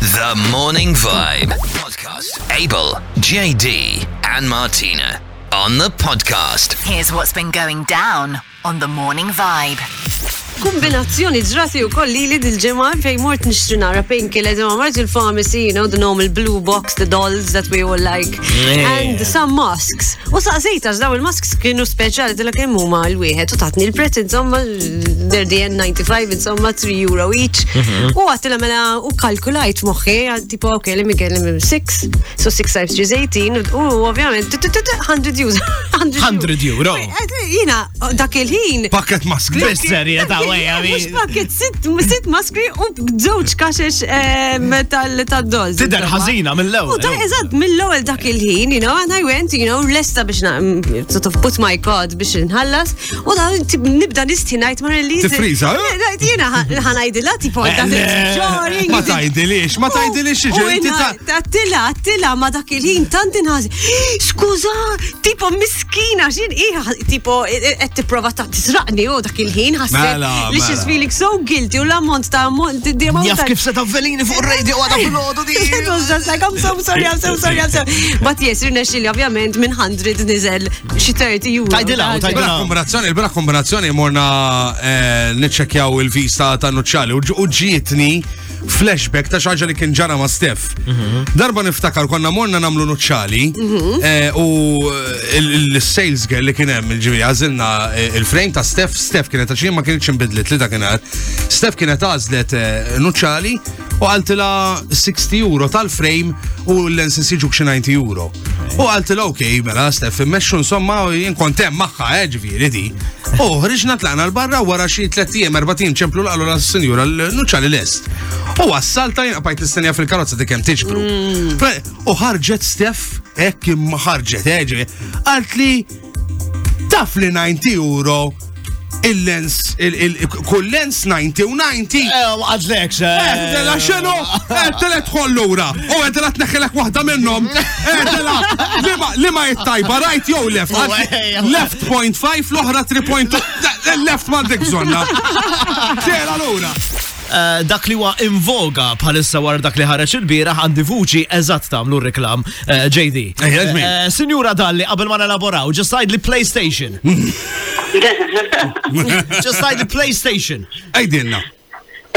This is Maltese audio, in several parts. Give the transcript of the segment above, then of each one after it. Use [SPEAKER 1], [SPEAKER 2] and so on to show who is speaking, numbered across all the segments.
[SPEAKER 1] The Morning Vibe. Podcast. Abel, JD, and Martina on the podcast.
[SPEAKER 2] Here's what's been going down on the morning vibe.
[SPEAKER 3] Kombinazzjoni ġrati u kolli li dil-ġemma fej mort nixtri nara painkiller ġemma mort il-pharmacy, you know, the normal blue box, the dolls that we all like.
[SPEAKER 4] Yeah.
[SPEAKER 3] And some masks. U saqsejta daw il-masks kienu speċjali dilla kemm huma l-wieħed u tatni il-prezz insomma they're the N95 insomma 3 euro each. U għattila mela u kalkulajt moħħi għal tipo ok, let me get let me 6, so 6 times 3 is 18 u ovvjament tut, tut, tut, 100 euros.
[SPEAKER 4] 100 euro.
[SPEAKER 3] Jina, dak il-ħin
[SPEAKER 5] Pakket mask.
[SPEAKER 4] Bis-serje ta' wejja
[SPEAKER 3] Mux pakket, sitt sitt maskri u bżewġ kaxex em, tal- tal-dolz.
[SPEAKER 4] Tidher ħażina
[SPEAKER 3] U
[SPEAKER 4] mill-ewwel.
[SPEAKER 3] da eżatt mill-ewwel dak il-ħin, you know, and I went, you know, lesta biex na- mm, sort of put my card biex inħallas, u da tib- nibda nisti ngħid mara li.
[SPEAKER 5] Tifriża, eh?
[SPEAKER 3] Jiena ħanajdilha tipo
[SPEAKER 4] Eh,
[SPEAKER 3] that
[SPEAKER 4] le.
[SPEAKER 3] it's jarring,
[SPEAKER 5] Ma
[SPEAKER 3] you did-
[SPEAKER 5] tajdilix, ma tajdilix
[SPEAKER 3] U- u
[SPEAKER 5] iġi.
[SPEAKER 3] inħa- Oh, Attila, attila, ma dak il-ħin tant inħazi. Skuża, tipo miskina, xin iħa, tipo, qed tipprova ta' tisraqni u dak il-ħin ħasset.
[SPEAKER 5] Mela,
[SPEAKER 3] Li xis
[SPEAKER 5] mela.
[SPEAKER 3] feeling so guilty u l-ammont ta' ammont di- di- ammont
[SPEAKER 4] Jaf
[SPEAKER 3] ta'
[SPEAKER 4] kif se tavvelini fuq ir-radio għadha fil-ħodu di.
[SPEAKER 3] It was just like, I'm so sorry, I'm so sorry, I'm so But yes, rinna xili, ovvjament, minn 100 nizel xi 30 euro.
[SPEAKER 4] Tajdilaw,
[SPEAKER 3] Daġi.
[SPEAKER 4] tajdilaw.
[SPEAKER 5] Bra Iva, kombinazzjoni, bra kombinazzjoni morna eh, niċċekjaw il-vista ta' Nuċċali u ġ- u ġietni flashback ta' xaġa li kien ġara ma' Stef. Darba niftakar konna morna namlu Nuċċali eh, u il- il-sales girl li kien hemm il-ġivi għażilna eh, il-frame ta' Stef, Stef kienet għaxin ma kienx inbidlet li ta' kienet. Stef kienet għażlet eh, Nuċċali u għaltila 60 euro tal-frame u l-lenses jiġu xi 90 euro. U għalt l-ok, mela, Stef, immexxu insomma, jien kontem maħħa, ġviri eh, di. U ħriġna tlaqna l-barra wara xi 30 40 ċemplu l-għalu l-senjura l-nuċċali l-est. U għassalta jien għapajt l-istenja fil-karozza di kem tiġbru. Pre- U ħarġet Stef, ekk imma ħarġet, eġvi. Għalt li taf li 90 euro il-lens, il- il- kull lens 90 u 90.
[SPEAKER 4] إيه، Għadlek se.
[SPEAKER 5] Eħdela Eh, xenu, eħdela tħol l-ura, u eħdela tneħħilek wahda minnom, Eh, eħdela, lima- lima jittajba, right jow left,
[SPEAKER 4] Ejja.
[SPEAKER 5] left point 5, l-ohra 3.2, Da- Eh, left mandek zonna. Tela l-ura.
[SPEAKER 4] Eh, dak li huwa invoga bħalissa wara dak li ħareġ il-bieraħ għandi vuċi eżatt tagħmlu r-reklam eh, JD.
[SPEAKER 5] Eh, jaġmin.
[SPEAKER 4] Eh, Sinjura Dalli, qabel ma nelaboraw, just side li PlayStation. Just side li PlayStation.
[SPEAKER 5] Ejdinna.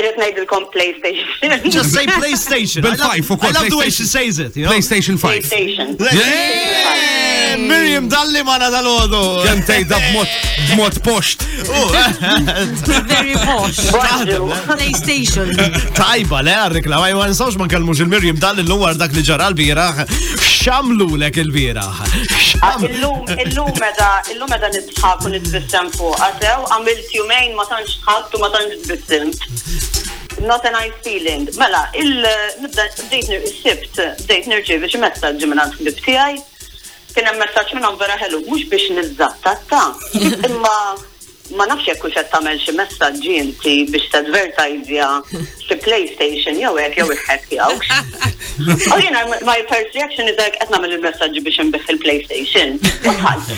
[SPEAKER 6] Irrit najdilkom PlayStation.
[SPEAKER 4] Just say PlayStation.
[SPEAKER 5] Bil
[SPEAKER 4] I love-
[SPEAKER 5] five, of course,
[SPEAKER 4] I love the way
[SPEAKER 5] PlayStation.
[SPEAKER 4] she says it, you know?
[SPEAKER 5] PlayStation 5.
[SPEAKER 6] PlayStation.
[SPEAKER 4] Eh, Miriam Dalli ma nadalodu.
[SPEAKER 5] Kem tejda b'mod, b'mod post.
[SPEAKER 3] Very posh.
[SPEAKER 6] Bonġu.
[SPEAKER 3] PlayStation.
[SPEAKER 4] Tajba, le, reklam, għaj, għan sawx ma nkallmux il-Miriam Dalli l-lum għar dak li ġara l-bieraħ. Xamlu lek il-bieraħ. Xam-
[SPEAKER 6] Uh, Illum, illum edha, illum edha nitħab u nitbissem fuq. Għatew, għamilt jumejn ma tanċ tħabt u ma tanċ tbissimt. Not a nice feeling. Mela, il-nibda, bdejt nir-sibt, bdejt nirġi biex messaġ minn għand bib tijaj. Kien hemm messaġġ minn vera ħelu, mhux biex niżattatta. Imma ma nafx jekk kux qed tagħmel xi messaġġi inti biex tadvertajzja xi PlayStation jew hekk jew hekk jew. Oh, you know, my first reaction is like, għetna mill il-messagġ biex nbiħ il-PlayStation. U tħalt.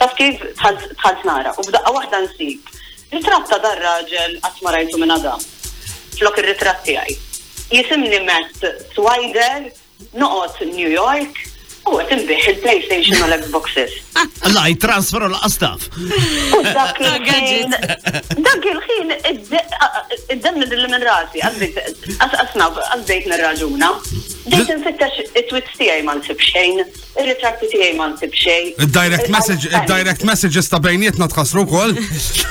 [SPEAKER 6] Taf kif tħalt tħalt nara. U bdaqqa wahda nsib. Ritratta dar raġel għatma rajtu minn għada. Flok il-ritratti għaj. Jisimni Matt Swider, noqot New York, u għet nbiħ il-PlayStation u l-Xboxes.
[SPEAKER 4] Alla, jtransferu l-qastaf.
[SPEAKER 6] U dak il-ħin, dak il-ħin, id-dem id-dilli minn rasi, għasna, għazdejt nir-raġuna.
[SPEAKER 5] Hm?
[SPEAKER 6] Dejt nfittax it-twit tijaj ma nsib xejn, il-ritratti tijaj ma nsib xejn.
[SPEAKER 5] Direct message, direct messages ta' bejnietna tħassru kol.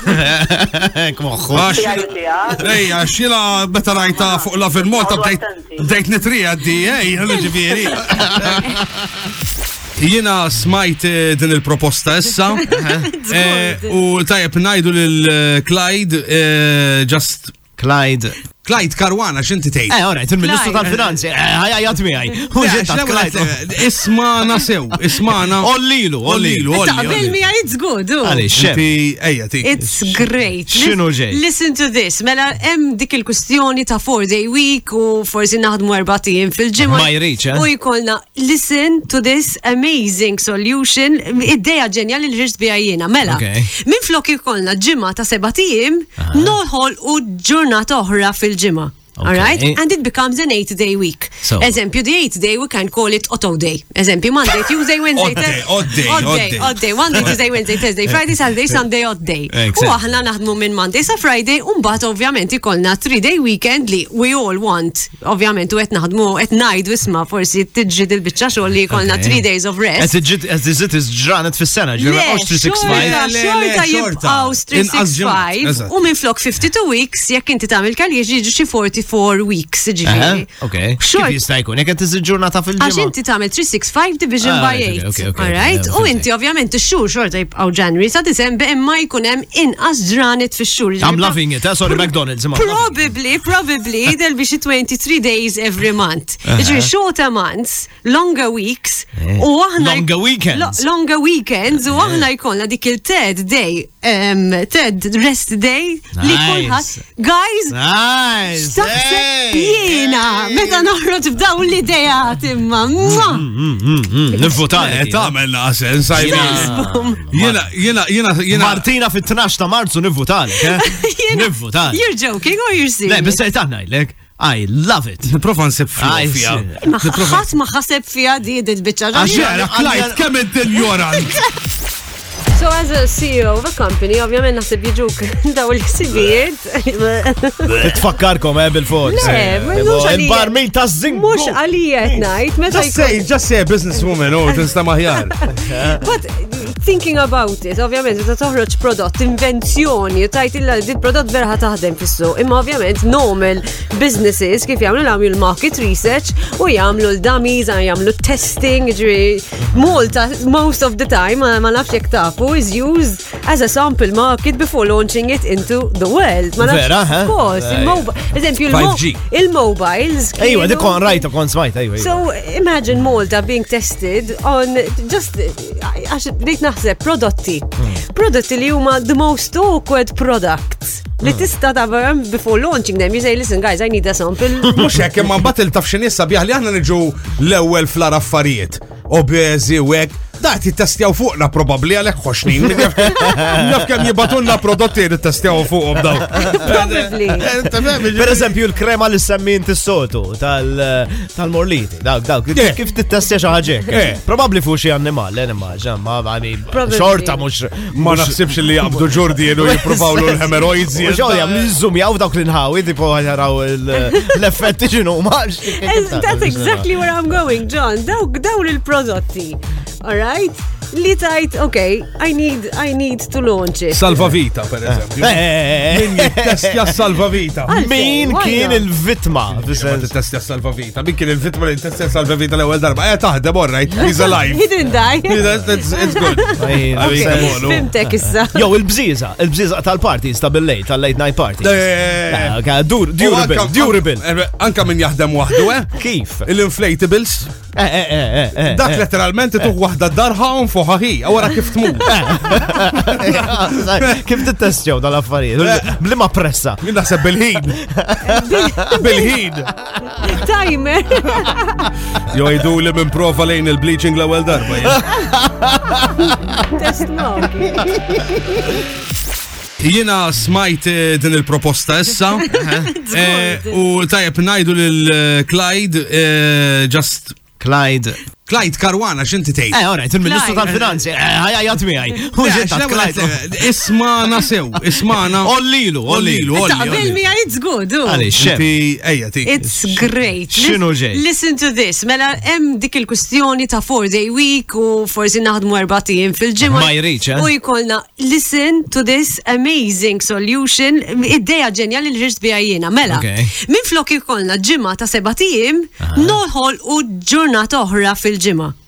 [SPEAKER 4] Kmoħħu.
[SPEAKER 5] Għax-
[SPEAKER 6] Tijaj u tijaj.
[SPEAKER 5] Ejja, xila beta rajta fuq la fil-Malta
[SPEAKER 6] Għadu
[SPEAKER 5] bdejt
[SPEAKER 6] attenti.
[SPEAKER 5] bdejt nitrija di, ej, ġifieri. Jiena smajt eh, din il-proposta issa eh, u tajjeb najdu lil-Clyde eh, just
[SPEAKER 4] Clyde.
[SPEAKER 5] Clyde Karwana x'inti tgħid.
[SPEAKER 4] Eh, orajt, il-Ministru
[SPEAKER 3] Clyde.
[SPEAKER 4] tal-Finanzi. Eh, Ħajja jgħat miħaj.
[SPEAKER 5] Eh,
[SPEAKER 4] Uġġet
[SPEAKER 5] x'lew
[SPEAKER 4] Clyde.
[SPEAKER 5] għet, eh, Ismana sew, ismana.
[SPEAKER 4] Ollilu, ollilu.
[SPEAKER 5] Ollilu,
[SPEAKER 3] Taqbel
[SPEAKER 5] ollilu.
[SPEAKER 3] mija, it's good. oh. u.
[SPEAKER 4] Għalli, xem.
[SPEAKER 5] Inti, ejja, ti.
[SPEAKER 3] It's great. Lis-
[SPEAKER 4] X'inhu ġej?
[SPEAKER 3] Listen to this. Mela, hemm dik il-kustjoni ta' 4-day week u forsi naħdmu erbatijin fil-ġimgħa.
[SPEAKER 4] Ma jriċ, eh?
[SPEAKER 3] U jkollna, listen to this amazing solution. Id-deja ġenjali li ġirt biha jiena. Mela,
[SPEAKER 4] Okay.
[SPEAKER 3] minn flok jkollna ġimgħa ta' sebatijim, noħol u ġurnata oħra fil-ġimgħa. All right?
[SPEAKER 4] Okay.
[SPEAKER 3] And it becomes an eight day week.
[SPEAKER 4] So-
[SPEAKER 3] Eżempju, the eight day we can call it Otto day. Eżempju, Monday, Tuesday, Wednesday,
[SPEAKER 5] Odd day,
[SPEAKER 3] Thursday.
[SPEAKER 5] odd day,
[SPEAKER 3] Odd
[SPEAKER 5] odd
[SPEAKER 3] day,
[SPEAKER 5] day.
[SPEAKER 3] odd day. Monday, Tuesday, Wednesday, Thursday, Friday, Saturday, Sunday, odd day. U
[SPEAKER 4] Exactly.
[SPEAKER 3] aħna naħdmu minn Monday sa Friday, un bat ovvjament ikolna three day weekend li we all want. Ovvjament, u et naħdmu, et najd wisma, forsi t-ġid il-bicċa xoll li ikolna
[SPEAKER 4] Okay.
[SPEAKER 3] three days of rest.
[SPEAKER 4] Għet iżit iġġranet fis-sena, ġivra
[SPEAKER 3] Le,
[SPEAKER 4] 365.
[SPEAKER 3] xorta,
[SPEAKER 5] Le, le,
[SPEAKER 3] xorta
[SPEAKER 5] le, xorta.
[SPEAKER 3] jibqaw
[SPEAKER 5] Inqas ġimgħat,
[SPEAKER 3] 365
[SPEAKER 5] eżatt.
[SPEAKER 3] u minn flok 52 weeks jekk inti tagħmel kalli jiġi xi 44 weeks jiġifieri.
[SPEAKER 4] Aha,
[SPEAKER 3] ġifieri.
[SPEAKER 4] Ok. Eh, Kif
[SPEAKER 3] Xort,
[SPEAKER 4] jista' jkun? Jekk qed iżid ġurnata
[SPEAKER 3] għax
[SPEAKER 4] fil-ġimgħa.
[SPEAKER 3] inti tagħmel 365 division
[SPEAKER 4] Ah,
[SPEAKER 3] by
[SPEAKER 4] right,
[SPEAKER 3] 8.
[SPEAKER 4] okay, okay, okay,
[SPEAKER 3] Alright?
[SPEAKER 4] yeah,
[SPEAKER 3] U
[SPEAKER 4] fifty.
[SPEAKER 3] inti ovvjament ix-xhur xorta jibqgħu January sa Disember imma jkun hemm inqas ġranet fix-xhur.
[SPEAKER 4] I'm
[SPEAKER 3] ġifieri
[SPEAKER 4] loving it, eh? sorry McDonald's. I'm loving it.
[SPEAKER 3] Probably, probably, there'll be xi 23 days every month.
[SPEAKER 4] Uh-huh.
[SPEAKER 3] Ġi shorter months, longer weeks, u aħna.
[SPEAKER 4] Eh. Longer weekends.
[SPEAKER 3] Lo-
[SPEAKER 4] Eh.
[SPEAKER 3] Longer weekends, u aħna jkollna dik il-third day, um, third rest day, li
[SPEAKER 4] Nice.
[SPEAKER 3] kulħadd. Guys,
[SPEAKER 4] Nice!
[SPEAKER 3] Taħseb
[SPEAKER 4] hey, Mm-hmm.
[SPEAKER 3] jiena, meta noħroġ f'dawn l-idejat imma. mwah!
[SPEAKER 4] Mm, hey. Nivvotani.
[SPEAKER 5] Eh, Tagħmel naqsen, sajna. Jiena, jiena, jiena, jiena.
[SPEAKER 4] Martina fit-12 ta' Marzu nivvotani.
[SPEAKER 3] Jiena-
[SPEAKER 4] Nivvotani.
[SPEAKER 3] You're joking or you're
[SPEAKER 4] Le,
[SPEAKER 3] serious?
[SPEAKER 4] bissa jtaħna jlek. I love it.
[SPEAKER 5] Niprofa nsib
[SPEAKER 4] Aj,
[SPEAKER 5] fija.
[SPEAKER 4] sì.
[SPEAKER 3] Ma ħadd ma ħaseb fiha di id-bicċa.
[SPEAKER 5] Ah, Ġera, Klajt, kemm id-dinjorant.
[SPEAKER 3] So as a CEO of a company, ovvjament naħseb jiġuk daw l-ksibijiet.
[SPEAKER 4] Tfakkarkom eh bil-fors.
[SPEAKER 3] Le, ma jgħidux għalija.
[SPEAKER 4] Il-barmil ta' zing.
[SPEAKER 3] Mux għalija etnajt, meta
[SPEAKER 5] Just say,
[SPEAKER 3] jkun.
[SPEAKER 5] just say, oh, business woman, u tinsta maħjar.
[SPEAKER 3] But thinking about it, ovvjament, meta toħroġ prodott, invenzjoni, u tajt illa di prodott verħa taħdem fissu. Imma ovvjament, normal businesses kif jagħmlu jagħmlu l-market research u jagħmlu l-dummies, jagħmlu testing, ġri multa most of the time, ma- ma nafx jekk tafu, is used as a sample market before launching it into the world. Ma nafx-
[SPEAKER 4] Vera, eh?
[SPEAKER 3] Of course,
[SPEAKER 4] Eh,
[SPEAKER 3] il-mobile, eżempju, il-mo-
[SPEAKER 5] 5G.
[SPEAKER 3] il-mobiles.
[SPEAKER 4] Ejwa,
[SPEAKER 3] kienu-
[SPEAKER 4] dik kon rajta, kon smajta, ejwa. ejwa.
[SPEAKER 3] So imagine Malta being tested on just għax bdejt naħseb prodotti. Prodotti li huma the most awkward products. Li tista ta' veram before launching them, you say, listen guys, I need a sample.
[SPEAKER 5] Mux hekk imma mbagħad il-tafxin issa bih li aħna niġu l-ewwel fl affarijiet. Obeżi u hekk. Da qed jittestjaw fuqna probabbli għalhekk ħoxnin. Naf kemm jibatunna prodotti li jittestjaw fuqhom daw. Eh,
[SPEAKER 3] Probably.
[SPEAKER 4] Per eżempju, il-krema li semmin t-sotu tal-morliti, dawk, dawk,
[SPEAKER 5] Eh.
[SPEAKER 4] kif t-testja xaħġek?
[SPEAKER 5] Eh.
[SPEAKER 4] Probabli fuq xie animal, l-animal, ma għani,
[SPEAKER 3] Probably.
[SPEAKER 4] xorta mux.
[SPEAKER 5] Ma naħsibx li jaqbdu ġordi jenu jippruvaw l hemeroids
[SPEAKER 4] Ġolja, mizzum jaw dawk l-inħawi, tipo jaraw l-effetti ġinu, maġ.
[SPEAKER 3] And Eh, that's exactly where I'm going, John. Dawk dawn il-prodotti. Alright? Li tajt, okay, I need, I need to launch it.
[SPEAKER 5] Salva vita, per
[SPEAKER 4] Eh,
[SPEAKER 5] eżempju. Min jittestja salva vita.
[SPEAKER 4] Min
[SPEAKER 3] Why
[SPEAKER 4] kien
[SPEAKER 3] not?
[SPEAKER 4] il-vitma?
[SPEAKER 5] Tittestja salva vita. Min kien il-vittma li tittestja salva vita l-ewwel darba. Eh taħdem, all right, he's alive.
[SPEAKER 3] He didn't die.
[SPEAKER 5] It's it's good.
[SPEAKER 4] Okay.
[SPEAKER 3] Fimtek issa.
[SPEAKER 4] Jow, il-bżiza, il-bżiza tal-parties, tal-billej, tal-late night party. Ah,
[SPEAKER 5] Eh, Oh,
[SPEAKER 4] Durable,
[SPEAKER 5] anka-
[SPEAKER 4] durable.
[SPEAKER 5] anka- Anka min jaħdem waħdu, eh?
[SPEAKER 4] Kif?
[SPEAKER 5] Il-inflatables,
[SPEAKER 4] Eh, eh, eh, eh, eh.
[SPEAKER 5] dak letteralment tuħ waħda darħa un fuħa hi, għawara kif tmut.
[SPEAKER 4] Ah, Kif tittestjaw dal-affarijiet? Blima pressa.
[SPEAKER 5] Min naħseb bil-ħin. Bil-ħin.
[SPEAKER 3] Timer.
[SPEAKER 5] Jo jidu li minn prova lejn il-bleaching l-ewel darba. jien.
[SPEAKER 3] Test mode.
[SPEAKER 5] Jiena smajt eh, din il-proposta issa. eh, U tajab najdu lil-Clyde, eh, just
[SPEAKER 4] Clyde.
[SPEAKER 5] Clyde Karwana, xinti tejt?
[SPEAKER 4] Eh, all right, il-Ministru
[SPEAKER 3] Clyde. Eh,
[SPEAKER 4] tal-Finanzi. Ħajajat miħaj.
[SPEAKER 5] Eh, Ismana sew, ismana.
[SPEAKER 4] Ollilu,
[SPEAKER 3] Eh,
[SPEAKER 4] ollilu.
[SPEAKER 5] Ollilu,
[SPEAKER 3] Taqbel
[SPEAKER 5] ollilu.
[SPEAKER 3] mija, it's good. u.
[SPEAKER 4] Għalix, xef.
[SPEAKER 5] Inti, ejja, ti.
[SPEAKER 3] It's great.
[SPEAKER 4] X'inhu ġej?
[SPEAKER 3] Listen to this. Mela, hemm dik il-kustjoni ta' four day week u forsi naħdmu erbatijin fil-ġimgħa.
[SPEAKER 4] Ma jridx, eh?
[SPEAKER 3] U jkollna, listen to this amazing solution. Id-deja ġenjali li ġirġt bija jiena. Mela,
[SPEAKER 4] Okay.
[SPEAKER 3] minn flok jkollna ġimgħa ta' sebatijim, noħol u ġurnata oħra fil-ġimgħa.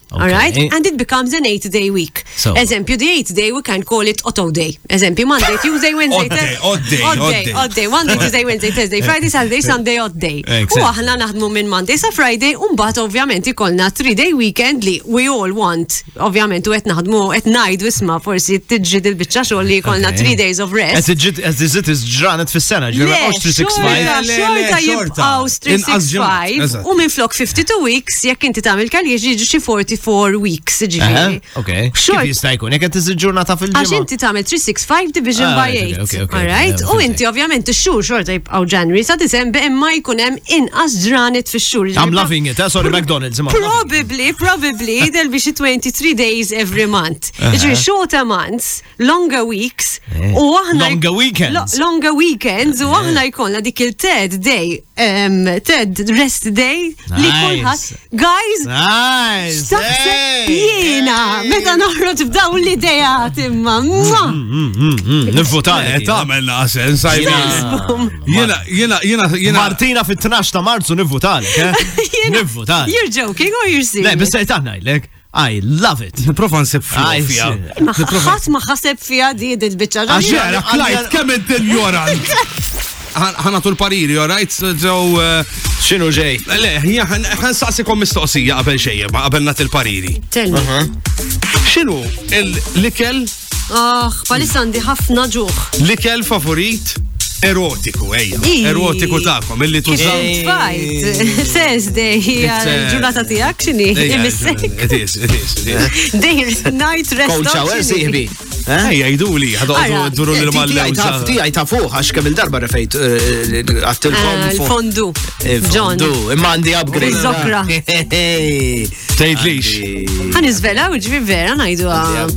[SPEAKER 4] Okay.
[SPEAKER 3] Alright? And it becomes an eight day week.
[SPEAKER 4] So-
[SPEAKER 3] Eżempju, the eight day we can call it Otto day. Eżempju, Monday, Tuesday, Wednesday,
[SPEAKER 5] Odd
[SPEAKER 3] Thursday.
[SPEAKER 5] day, odd day,
[SPEAKER 3] Odd
[SPEAKER 5] odd
[SPEAKER 3] day,
[SPEAKER 5] day.
[SPEAKER 3] odd day. Monday, Tuesday, Wednesday,
[SPEAKER 5] Eh.
[SPEAKER 3] Thursday, Friday, Saturday, Sunday, odd day.
[SPEAKER 4] Exactly.
[SPEAKER 3] U aħna naħdmu minn Monday sa Friday, unbat ovvjament ikolna 3-day weekend li we all want. Ovvjament, u qed naħdmu, qed ngħidu isma forsi t-ġid il-bicċa xogħol li ikolna
[SPEAKER 4] Okay.
[SPEAKER 3] 3 days of rest.
[SPEAKER 4] Għazizit iġġranet fil-sena,
[SPEAKER 3] Le,
[SPEAKER 4] ġivra 365.
[SPEAKER 5] Le,
[SPEAKER 3] xorta,
[SPEAKER 5] le, le,
[SPEAKER 3] xorta
[SPEAKER 5] xorta.
[SPEAKER 3] jibqaw
[SPEAKER 5] Inqas ġimgħat,
[SPEAKER 3] 365
[SPEAKER 5] eżatt.
[SPEAKER 3] u minn flok 52 weeks jekk inti tagħmel kalli jiġi xi 44 four weeks,
[SPEAKER 4] Eh?
[SPEAKER 3] ġiġi.
[SPEAKER 7] Ok. Kif jista' jkun? Jekk qed tiżid ġurnata
[SPEAKER 3] Għax
[SPEAKER 7] fil-ġimgħa.
[SPEAKER 3] inti tagħmel 365 division
[SPEAKER 7] Ah,
[SPEAKER 3] by
[SPEAKER 7] right,
[SPEAKER 3] 8.
[SPEAKER 7] okay, okay, okay,
[SPEAKER 3] Alright?
[SPEAKER 7] yeah,
[SPEAKER 3] U
[SPEAKER 7] fil-fej.
[SPEAKER 3] inti ovvjament ix-xhur xorta jibqgħu January sa Disember imma jkun hemm inqas ġranet fix-xhur.
[SPEAKER 7] I'm
[SPEAKER 3] ġifieri
[SPEAKER 7] loving it, eh? sorry McDonald's. imma I'm loving it.
[SPEAKER 3] Probably, probably, there'll be xi 23 days every month.
[SPEAKER 7] Uh-huh.
[SPEAKER 3] Ġiri, shorter months, longer weeks, u aħna.
[SPEAKER 7] Longer weekends.
[SPEAKER 3] Lo- Longer weekends, u aħna jkollna dik il-third day, um, third rest day, li
[SPEAKER 7] Nice.
[SPEAKER 3] kulħadd. Guys, uh,
[SPEAKER 7] Nice!
[SPEAKER 4] eh.
[SPEAKER 7] hey,
[SPEAKER 3] Taħseb jiena,
[SPEAKER 4] Mm.
[SPEAKER 7] hey.
[SPEAKER 3] meta noħroġ f'daw l-idejat imma. mwah!
[SPEAKER 4] Mm,
[SPEAKER 7] Nivvotani.
[SPEAKER 4] إيه،
[SPEAKER 5] Eh, tagħmel naqas sens, I mean, Jiena, jiena, jiena, jiena.
[SPEAKER 7] Martina fit-12 ta' Marzu nivvotani. eh?
[SPEAKER 3] Jiena-
[SPEAKER 7] Nivvotani.
[SPEAKER 3] You're joking or you're
[SPEAKER 7] Le,
[SPEAKER 3] serious?
[SPEAKER 7] bissa jtanna jlek. I love it.
[SPEAKER 5] Niprofa nsib
[SPEAKER 4] آه،
[SPEAKER 7] I
[SPEAKER 5] fija.
[SPEAKER 7] see.
[SPEAKER 3] Ma ħadd ma ħaseb fiha di il-biċċa.
[SPEAKER 7] Għax
[SPEAKER 3] ġabi.
[SPEAKER 5] Ġera, Clyde, kemm intin jorant? Ħana tul pariri, jorajt, ġew.
[SPEAKER 7] X'inhu ġej?
[SPEAKER 5] Le, ħan saqsikom mistoqsija qabel xejja, ma qabel nat il-pariri.
[SPEAKER 3] Tell me.
[SPEAKER 5] X'inhu il- l-ikel,
[SPEAKER 3] Ah, palissa għandi ħafna ġuħ.
[SPEAKER 5] l-ikel favorit erotiku, ejja.
[SPEAKER 3] Ih.
[SPEAKER 5] Erotiku tagħkom, illi
[SPEAKER 3] Kif
[SPEAKER 5] tużaw.
[SPEAKER 3] fajt? Thursday hija
[SPEAKER 5] It's, eh,
[SPEAKER 3] l-ġurnata tiegħek x'inhi?
[SPEAKER 5] Ejja,
[SPEAKER 3] Imissek.
[SPEAKER 5] It is, it is, it is. إيه،
[SPEAKER 3] Dejr night rest.
[SPEAKER 4] Cold
[SPEAKER 3] off,
[SPEAKER 4] shower,
[SPEAKER 3] x'inhi?
[SPEAKER 4] siħbi.
[SPEAKER 5] Ejja, jgħidu li,
[SPEAKER 3] Ara.
[SPEAKER 5] ħadoqdu duru
[SPEAKER 4] Ti- Tijaj
[SPEAKER 5] l-mallewza.
[SPEAKER 4] ta' tijaj ta' fuq, għax kemm il-darba refejt għattilkom.
[SPEAKER 3] Ah, Il-fondu. John.
[SPEAKER 4] Imma għandi upgrade.
[SPEAKER 3] Rizzokra.
[SPEAKER 5] Tgħidlix.
[SPEAKER 3] Għan izvela, uġvi vera, najdu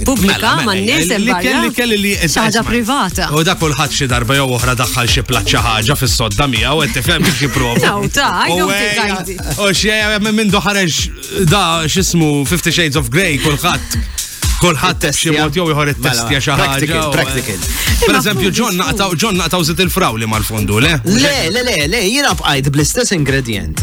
[SPEAKER 3] publika, ma n-nis
[SPEAKER 5] L-ikel, l-ikel li.
[SPEAKER 3] ċaġa privata.
[SPEAKER 5] U dak kulħadd xi darba jew oħra daħħal xi plaċċa ħaġa fis-sodda miegħu qed tifhem kif jipprova.
[SPEAKER 3] No, ta' I don't think I did.
[SPEAKER 5] U xie minn ħareġ da x'ismu Fifty Shades of Grey kulħadd. Kulħadd xi mod jew ieħor it-testja xi ħaġa.
[SPEAKER 4] Mela, Practical,
[SPEAKER 5] u-
[SPEAKER 4] practical.
[SPEAKER 5] Per eżempju, John naqtaw John naqtaw zit il-frawli mal-fondu, le?
[SPEAKER 4] Le, le, le, le, jina bqajt bl-istess ingredient.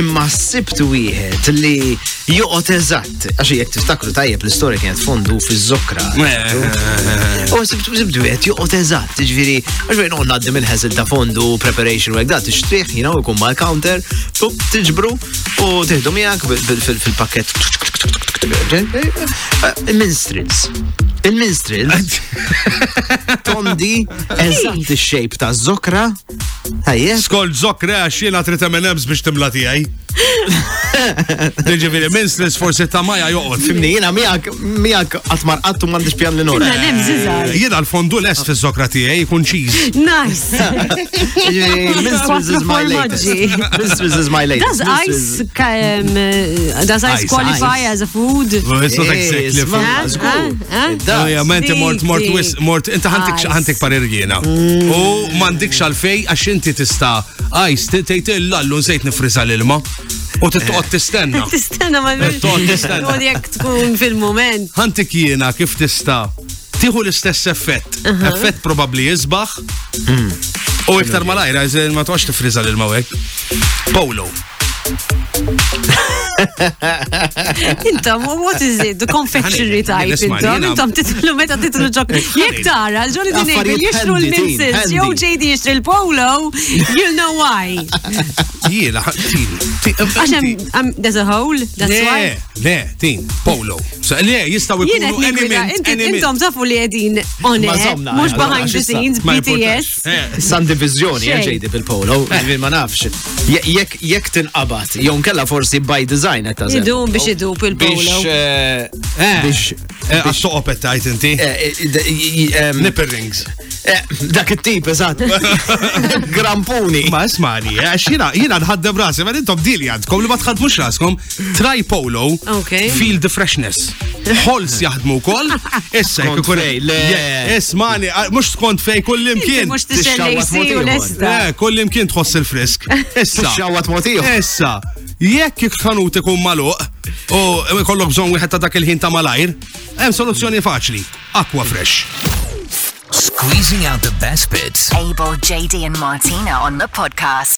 [SPEAKER 4] Imma s-sibt wieħed li joqot eżatt, għax jek tiftakru tajjeb l-istorja kienet fondu fiż-zokra. U s-sibt sibt wieħed joqot eżatt, ġviri, għax bejn għon għaddim il-ħeżil ta' fondu preparation u għegdat, t-ixtriħ jina u jkun mal-counter, tup tiġbru u tiħdu miegħek bil- bil- fil- fil-pakket. Il-minstrils. Il-minstrils. Tondi, eżatt il-shape ta' zokra. Ħajjes.
[SPEAKER 5] Skolt zokra għax jiena trid M&Ms biex timla tiegħi. Ġifieri, minstlis forsi ta' maja joqgħod.
[SPEAKER 4] Fimni, jina miak, miak għatmar għattu mandiġ pjan li nora.
[SPEAKER 3] Imma nem zizar.
[SPEAKER 5] Jiena l-fondu lest fiż-zokra tiegħi jkun cheese.
[SPEAKER 3] Nice.
[SPEAKER 4] Mistress is my latest.
[SPEAKER 3] Formaggio.
[SPEAKER 4] Mistress is my latest.
[SPEAKER 3] Does ice, um, uh, does ice
[SPEAKER 5] Ice,
[SPEAKER 3] qualify
[SPEAKER 4] ice.
[SPEAKER 3] as a food?
[SPEAKER 5] Well, It's not exactly
[SPEAKER 4] Yes,
[SPEAKER 5] food.
[SPEAKER 4] ma- That's good.
[SPEAKER 3] eh?
[SPEAKER 4] It does.
[SPEAKER 5] Ah, ja, ma inti mort, mort,
[SPEAKER 3] Dik,
[SPEAKER 5] wis,
[SPEAKER 3] dik.
[SPEAKER 5] mort, inti ħantik
[SPEAKER 3] Ice.
[SPEAKER 5] ħantik parir jiena.
[SPEAKER 3] Mm.
[SPEAKER 5] U mandik xalfej għax inti tista, għajs, tejt l-allu nsejt nifriza l-ilma. U
[SPEAKER 3] Eh.
[SPEAKER 5] t-toqt tistenna.
[SPEAKER 3] Tistenna ma
[SPEAKER 5] Tod, tistenna.
[SPEAKER 3] Għod jek tkun fil-moment.
[SPEAKER 5] Ħantik jiena kif tista, tiħu l-istess effett.
[SPEAKER 3] Uh-huh.
[SPEAKER 5] Effett probabli jizbaħ.
[SPEAKER 3] Hmm.
[SPEAKER 5] U iktar malajra, għazin ma toqx tifriza l-ilma u hekk. Polo.
[SPEAKER 3] Intom, what is it? The confectionery
[SPEAKER 5] Ħani,
[SPEAKER 3] type.
[SPEAKER 5] nisma' li
[SPEAKER 3] Intom,
[SPEAKER 5] jiena-
[SPEAKER 3] intom titlu meta titlu ġok. Jek tara, l-ġoli din
[SPEAKER 4] Affarijiet
[SPEAKER 3] jixtru
[SPEAKER 4] handy, tin,
[SPEAKER 3] l-minsis,
[SPEAKER 4] handy.
[SPEAKER 3] jow ġejdi jixtru l-polo, you'll know why.
[SPEAKER 5] Jiena, ħa- tin. tin-
[SPEAKER 3] Għax
[SPEAKER 5] inti-
[SPEAKER 3] hemm- hemm- um, there's a hole, that's
[SPEAKER 5] Le,
[SPEAKER 3] why.
[SPEAKER 5] le, tin, polo. So, Le, jistaw
[SPEAKER 3] Jien
[SPEAKER 5] ikunu
[SPEAKER 3] qed ninkwita,
[SPEAKER 5] element,
[SPEAKER 3] inti-
[SPEAKER 5] element.
[SPEAKER 3] intom tafu li qegħdin on
[SPEAKER 4] Ma
[SPEAKER 3] air,
[SPEAKER 4] somna,
[SPEAKER 3] mhux
[SPEAKER 4] eh,
[SPEAKER 3] behind
[SPEAKER 4] allora,
[SPEAKER 3] the
[SPEAKER 4] xista,
[SPEAKER 3] scenes,
[SPEAKER 5] Ma
[SPEAKER 3] BTS.
[SPEAKER 5] jimpurtax. Eh,
[SPEAKER 4] San divizjoni,
[SPEAKER 3] Xejn.
[SPEAKER 4] ġejdi bil-polo, ġivir ma nafx. Je- Jek jek tinqabat, jon kella forsi by design għetta
[SPEAKER 3] Idum biex idum
[SPEAKER 4] Biex.
[SPEAKER 3] il-polo.
[SPEAKER 4] eh, Biex.
[SPEAKER 5] Eh, Għas-soqopet tajt inti.
[SPEAKER 4] eh, eh, d- i- i- em,
[SPEAKER 5] Nipper rings.
[SPEAKER 4] eh, Dak it-tip, eżatt. Grampuni.
[SPEAKER 5] Ma ismani, eh, għax jina, jina nħaddem rasi, ma intom dili għandkom li ma tħadmux raskom, try polo,
[SPEAKER 3] Okay.
[SPEAKER 5] feel the freshness. Hols jaħdmu kol, issa
[SPEAKER 4] Skont
[SPEAKER 5] jkun
[SPEAKER 4] fej, le.
[SPEAKER 5] Ismani, għal- mux skont fej kull
[SPEAKER 3] Inti
[SPEAKER 5] imkien.
[SPEAKER 3] mhux tixxellej
[SPEAKER 4] tixxawat mod
[SPEAKER 3] si u
[SPEAKER 4] ieħor.
[SPEAKER 3] lesta.
[SPEAKER 5] Eh, kull imkien tħoss il-frisk. Issa.
[SPEAKER 4] Xawat motiħu.
[SPEAKER 5] Issa, jekk il-ħanut ikun maluq, u kollok bżon wieħed ta' dak il-ħin ta' malajr, hemm soluzzjoni faċli. Aqua Fresh.
[SPEAKER 1] Squeezing out the best bits
[SPEAKER 2] Abel, JD, and Martina on the podcast.